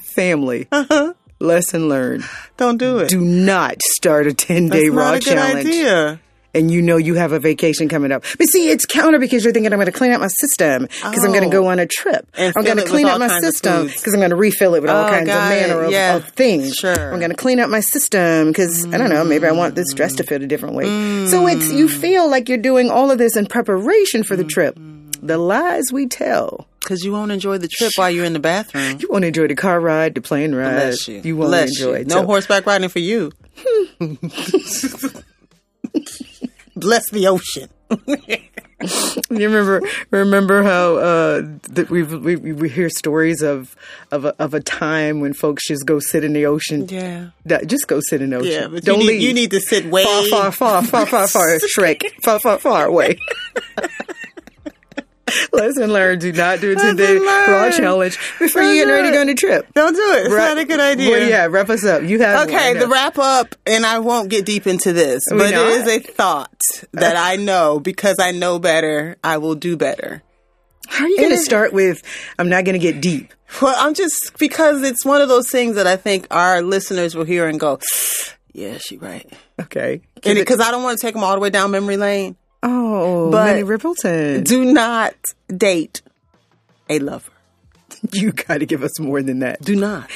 [SPEAKER 2] Family.
[SPEAKER 1] Uh-huh.
[SPEAKER 2] Lesson learned.
[SPEAKER 1] Don't do it.
[SPEAKER 2] Do not start a 10 day
[SPEAKER 1] It's
[SPEAKER 2] raw
[SPEAKER 1] not a good
[SPEAKER 2] challenge.
[SPEAKER 1] idea.
[SPEAKER 2] And you know you have a vacation coming up. But see, it's counter because you're thinking I'm going to clean out my system because I'm going
[SPEAKER 1] Oh.
[SPEAKER 2] to go on a trip.
[SPEAKER 1] And
[SPEAKER 2] I'm
[SPEAKER 1] fill
[SPEAKER 2] going to
[SPEAKER 1] it with
[SPEAKER 2] clean
[SPEAKER 1] all
[SPEAKER 2] out my
[SPEAKER 1] kinds of
[SPEAKER 2] system
[SPEAKER 1] foods.
[SPEAKER 2] because I'm going to refill it with all
[SPEAKER 1] Oh,
[SPEAKER 2] kinds of
[SPEAKER 1] got it.
[SPEAKER 2] manner of,
[SPEAKER 1] Yeah.
[SPEAKER 2] of things.
[SPEAKER 1] Sure.
[SPEAKER 2] I'm going to clean out my system because I don't know, maybe I want this
[SPEAKER 1] Mm.
[SPEAKER 2] dress to fit a different way. So it's you feel like you're doing all of this in preparation for the
[SPEAKER 1] Mm.
[SPEAKER 2] trip. The lies we tell.
[SPEAKER 1] Because you won't enjoy the trip while you're in the bathroom.
[SPEAKER 2] You won't enjoy the car ride, the plane ride.
[SPEAKER 1] Bless you.
[SPEAKER 2] won't
[SPEAKER 1] Bless
[SPEAKER 2] enjoy
[SPEAKER 1] you.
[SPEAKER 2] it.
[SPEAKER 1] No
[SPEAKER 2] So-
[SPEAKER 1] horseback riding for you. Bless the ocean.
[SPEAKER 2] You remember remember how uh, that we we we hear stories of of a, of a time when folks just go sit in the ocean.
[SPEAKER 1] Yeah.
[SPEAKER 2] That- just go sit in the ocean.
[SPEAKER 1] Yeah, but
[SPEAKER 2] Don't
[SPEAKER 1] you, need,
[SPEAKER 2] leave.
[SPEAKER 1] you need to sit way
[SPEAKER 2] far, far, far, far, far, far, Shrek, far, far, far away. Lesson learned: Do not do it
[SPEAKER 1] Lesson
[SPEAKER 2] today. Raw
[SPEAKER 1] learned.
[SPEAKER 2] challenge before you
[SPEAKER 1] Don't
[SPEAKER 2] get
[SPEAKER 1] do
[SPEAKER 2] ready to
[SPEAKER 1] it.
[SPEAKER 2] go on a trip.
[SPEAKER 1] Don't do it. It's
[SPEAKER 2] Wrap-
[SPEAKER 1] not a good idea.
[SPEAKER 2] Well, yeah, wrap us up. You have
[SPEAKER 1] Okay,
[SPEAKER 2] one.
[SPEAKER 1] the wrap up, and I won't get deep into this,
[SPEAKER 2] We
[SPEAKER 1] but it
[SPEAKER 2] not?
[SPEAKER 1] is a thought that I know because I know better, I will do better.
[SPEAKER 2] How are you going to start with? I'm not going to get deep.
[SPEAKER 1] Well, I'm just because it's one of those things that I think our listeners will hear and go, "Yeah, she right,"
[SPEAKER 2] Okay.
[SPEAKER 1] and because I don't want to take them all the way down memory lane.
[SPEAKER 2] Oh,
[SPEAKER 1] But-
[SPEAKER 2] Minnie Rippleton.
[SPEAKER 1] Do not date a lover.
[SPEAKER 2] You got to give us more than that.
[SPEAKER 1] Do not.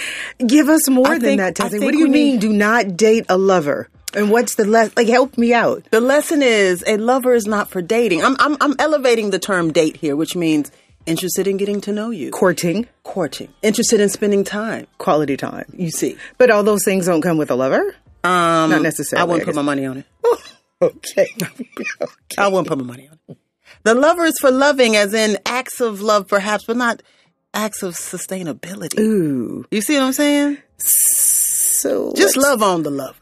[SPEAKER 2] Give us more
[SPEAKER 1] I
[SPEAKER 2] than
[SPEAKER 1] think-
[SPEAKER 2] that,
[SPEAKER 1] I
[SPEAKER 2] Tessie.
[SPEAKER 1] think
[SPEAKER 2] What do you
[SPEAKER 1] we need-
[SPEAKER 2] mean? Do not date a lover. And what's the less? Like, help me out.
[SPEAKER 1] The lesson is a lover is not for dating. I'm I'm, I'm elevating the term date here, which means interested in getting to know you,
[SPEAKER 2] Courting,
[SPEAKER 1] courting, interested in spending time.
[SPEAKER 2] quality time.
[SPEAKER 1] You see.
[SPEAKER 2] But all those things don't come with a lover.
[SPEAKER 1] Um,
[SPEAKER 2] Not necessarily.
[SPEAKER 1] I wouldn't put my money on it.
[SPEAKER 2] Okay. okay.
[SPEAKER 1] I wouldn't put my money on it. The lover is for loving, as in acts of love, perhaps, but not acts of sustainability.
[SPEAKER 2] Ooh.
[SPEAKER 1] You see what I'm saying?
[SPEAKER 2] So
[SPEAKER 1] Just love on the lover.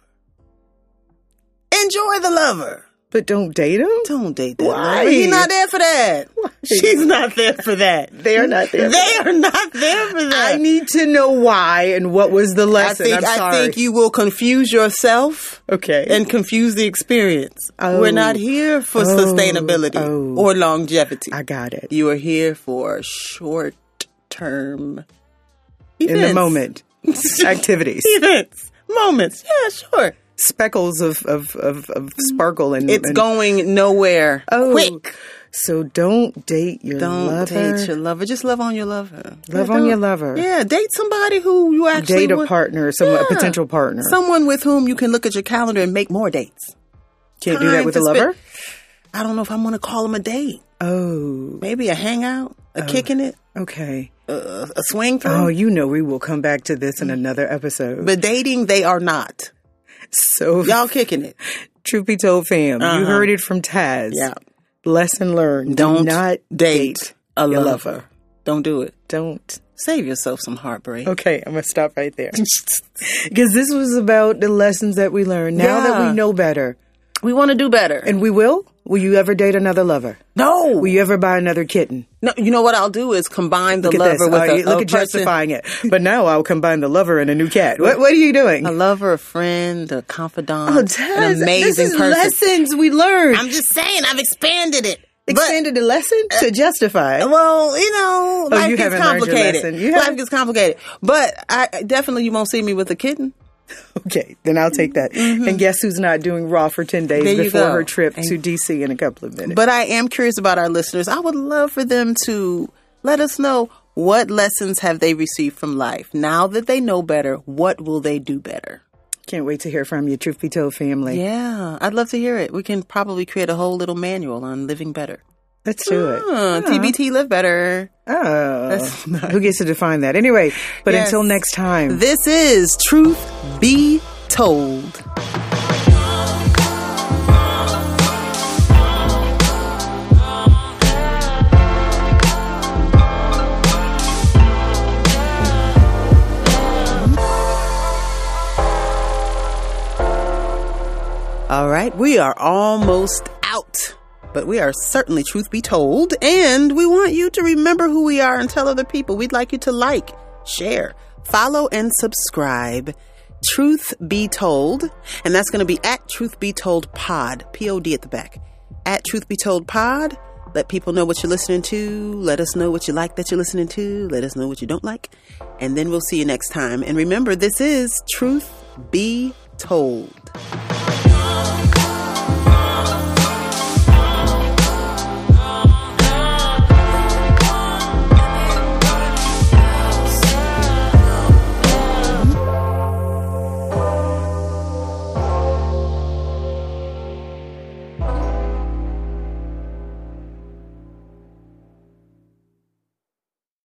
[SPEAKER 1] Enjoy the lover.
[SPEAKER 2] but don't date them.
[SPEAKER 1] Don't date that
[SPEAKER 2] Why?
[SPEAKER 1] lover. He's not there for that. She's not there for that.
[SPEAKER 2] They're not there.
[SPEAKER 1] They are not there for that.
[SPEAKER 2] I need to know why and what was the
[SPEAKER 1] I
[SPEAKER 2] lesson.
[SPEAKER 1] think
[SPEAKER 2] I'm
[SPEAKER 1] I
[SPEAKER 2] sorry.
[SPEAKER 1] think you will confuse yourself
[SPEAKER 2] okay.
[SPEAKER 1] and confuse the experience.
[SPEAKER 2] Oh.
[SPEAKER 1] We're not here for sustainability
[SPEAKER 2] Oh.
[SPEAKER 1] or longevity.
[SPEAKER 2] I got it.
[SPEAKER 1] You are here for short term
[SPEAKER 2] In the moment. Activities.
[SPEAKER 1] Events. Moments. Yeah, sure.
[SPEAKER 2] Speckles of, of, of, of sparkle and
[SPEAKER 1] It's
[SPEAKER 2] and-
[SPEAKER 1] going nowhere.
[SPEAKER 2] Oh.
[SPEAKER 1] Quick.
[SPEAKER 2] So don't date your
[SPEAKER 1] Don't
[SPEAKER 2] lover.
[SPEAKER 1] date your lover. Just love on your lover.
[SPEAKER 2] Love
[SPEAKER 1] Yeah,
[SPEAKER 2] on your
[SPEAKER 1] don't-
[SPEAKER 2] lover.
[SPEAKER 1] Yeah, date somebody who you actually
[SPEAKER 2] Date a
[SPEAKER 1] want-
[SPEAKER 2] partner, some a
[SPEAKER 1] Yeah.
[SPEAKER 2] potential partner.
[SPEAKER 1] Someone with whom you can look at your calendar and make more dates.
[SPEAKER 2] Can't do that
[SPEAKER 1] time
[SPEAKER 2] with
[SPEAKER 1] to
[SPEAKER 2] a lover.
[SPEAKER 1] I don't know if I'm going to call them a date.
[SPEAKER 2] Oh,
[SPEAKER 1] Maybe a hangout, a kicking it,
[SPEAKER 2] okay.
[SPEAKER 1] a, a- a swing through.
[SPEAKER 2] Oh, you know we will come back to this in another episode.
[SPEAKER 1] But dating, they are not.
[SPEAKER 2] so,
[SPEAKER 1] Y'all kicking it.
[SPEAKER 2] truth be told, fam, you
[SPEAKER 1] Uh-huh.
[SPEAKER 2] heard it from Taz.
[SPEAKER 1] Yeah.
[SPEAKER 2] Lesson learned. Do
[SPEAKER 1] Don't
[SPEAKER 2] not
[SPEAKER 1] date, a
[SPEAKER 2] your
[SPEAKER 1] lover.
[SPEAKER 2] lover.
[SPEAKER 1] Don't do it.
[SPEAKER 2] Don't.
[SPEAKER 1] Save yourself some heartbreak.
[SPEAKER 2] Okay, I'm gonna stop right there because this was about the lessons that we learned. Now that
[SPEAKER 1] Yeah.
[SPEAKER 2] we know better,
[SPEAKER 1] We want to do better.
[SPEAKER 2] and we will. Will you ever date another lover?
[SPEAKER 1] no,
[SPEAKER 2] Will you ever buy another kitten?
[SPEAKER 1] no. You know what I'll do is combine the
[SPEAKER 2] Look at
[SPEAKER 1] lover
[SPEAKER 2] this.
[SPEAKER 1] with
[SPEAKER 2] Uh,
[SPEAKER 1] a,
[SPEAKER 2] you- look
[SPEAKER 1] a
[SPEAKER 2] at
[SPEAKER 1] person-
[SPEAKER 2] justifying it. But now I'll combine the lover and a new cat. What, what are you doing?
[SPEAKER 1] a lover, a friend, a confidant,
[SPEAKER 2] Taz,
[SPEAKER 1] an amazing
[SPEAKER 2] Oh, this is
[SPEAKER 1] person.
[SPEAKER 2] lessons we learned.
[SPEAKER 1] I'm just saying, I've expanded it.
[SPEAKER 2] Expanded the lesson
[SPEAKER 1] Uh,
[SPEAKER 2] to justify.
[SPEAKER 1] But, well, you know,
[SPEAKER 2] Oh,
[SPEAKER 1] life
[SPEAKER 2] you
[SPEAKER 1] gets
[SPEAKER 2] haven't learned your
[SPEAKER 1] complicated.
[SPEAKER 2] lesson. You haven't-
[SPEAKER 1] life gets complicated. But I definitely, you won't see me with a kitten.
[SPEAKER 2] Okay, then I'll take that. And guess who's not doing raw for ten days
[SPEAKER 1] Mm-hmm. There you
[SPEAKER 2] before
[SPEAKER 1] go.
[SPEAKER 2] her trip
[SPEAKER 1] And-
[SPEAKER 2] to DC in a couple of minutes?
[SPEAKER 1] But I am curious about our listeners. I would love for them to let us know what lessons have they received from life. Now that they know better, what will they do better?
[SPEAKER 2] Can't wait to hear from you, Truth Be Told family.
[SPEAKER 1] Yeah, I'd love to hear it. We can probably create a whole little manual on living better.
[SPEAKER 2] Let's do it.
[SPEAKER 1] Huh, TBT live better.
[SPEAKER 2] Oh, who gets to define that? Anyway, but
[SPEAKER 1] Yes.
[SPEAKER 2] until next time.
[SPEAKER 1] This is Truth Be Told. All right, we are almost out, but we are certainly truth be told, and we want you to remember who we are and tell other people. We'd like you to like, share, follow, and subscribe. Truth be told, and that's going to be at Truth Be Told Pod, P O D at the back. At Truth Be Told Pod, let people know what you're listening to. Let us know what you like that you're listening to. Let us know what you don't like. And then we'll see you next time. And remember, this is Truth Be Told.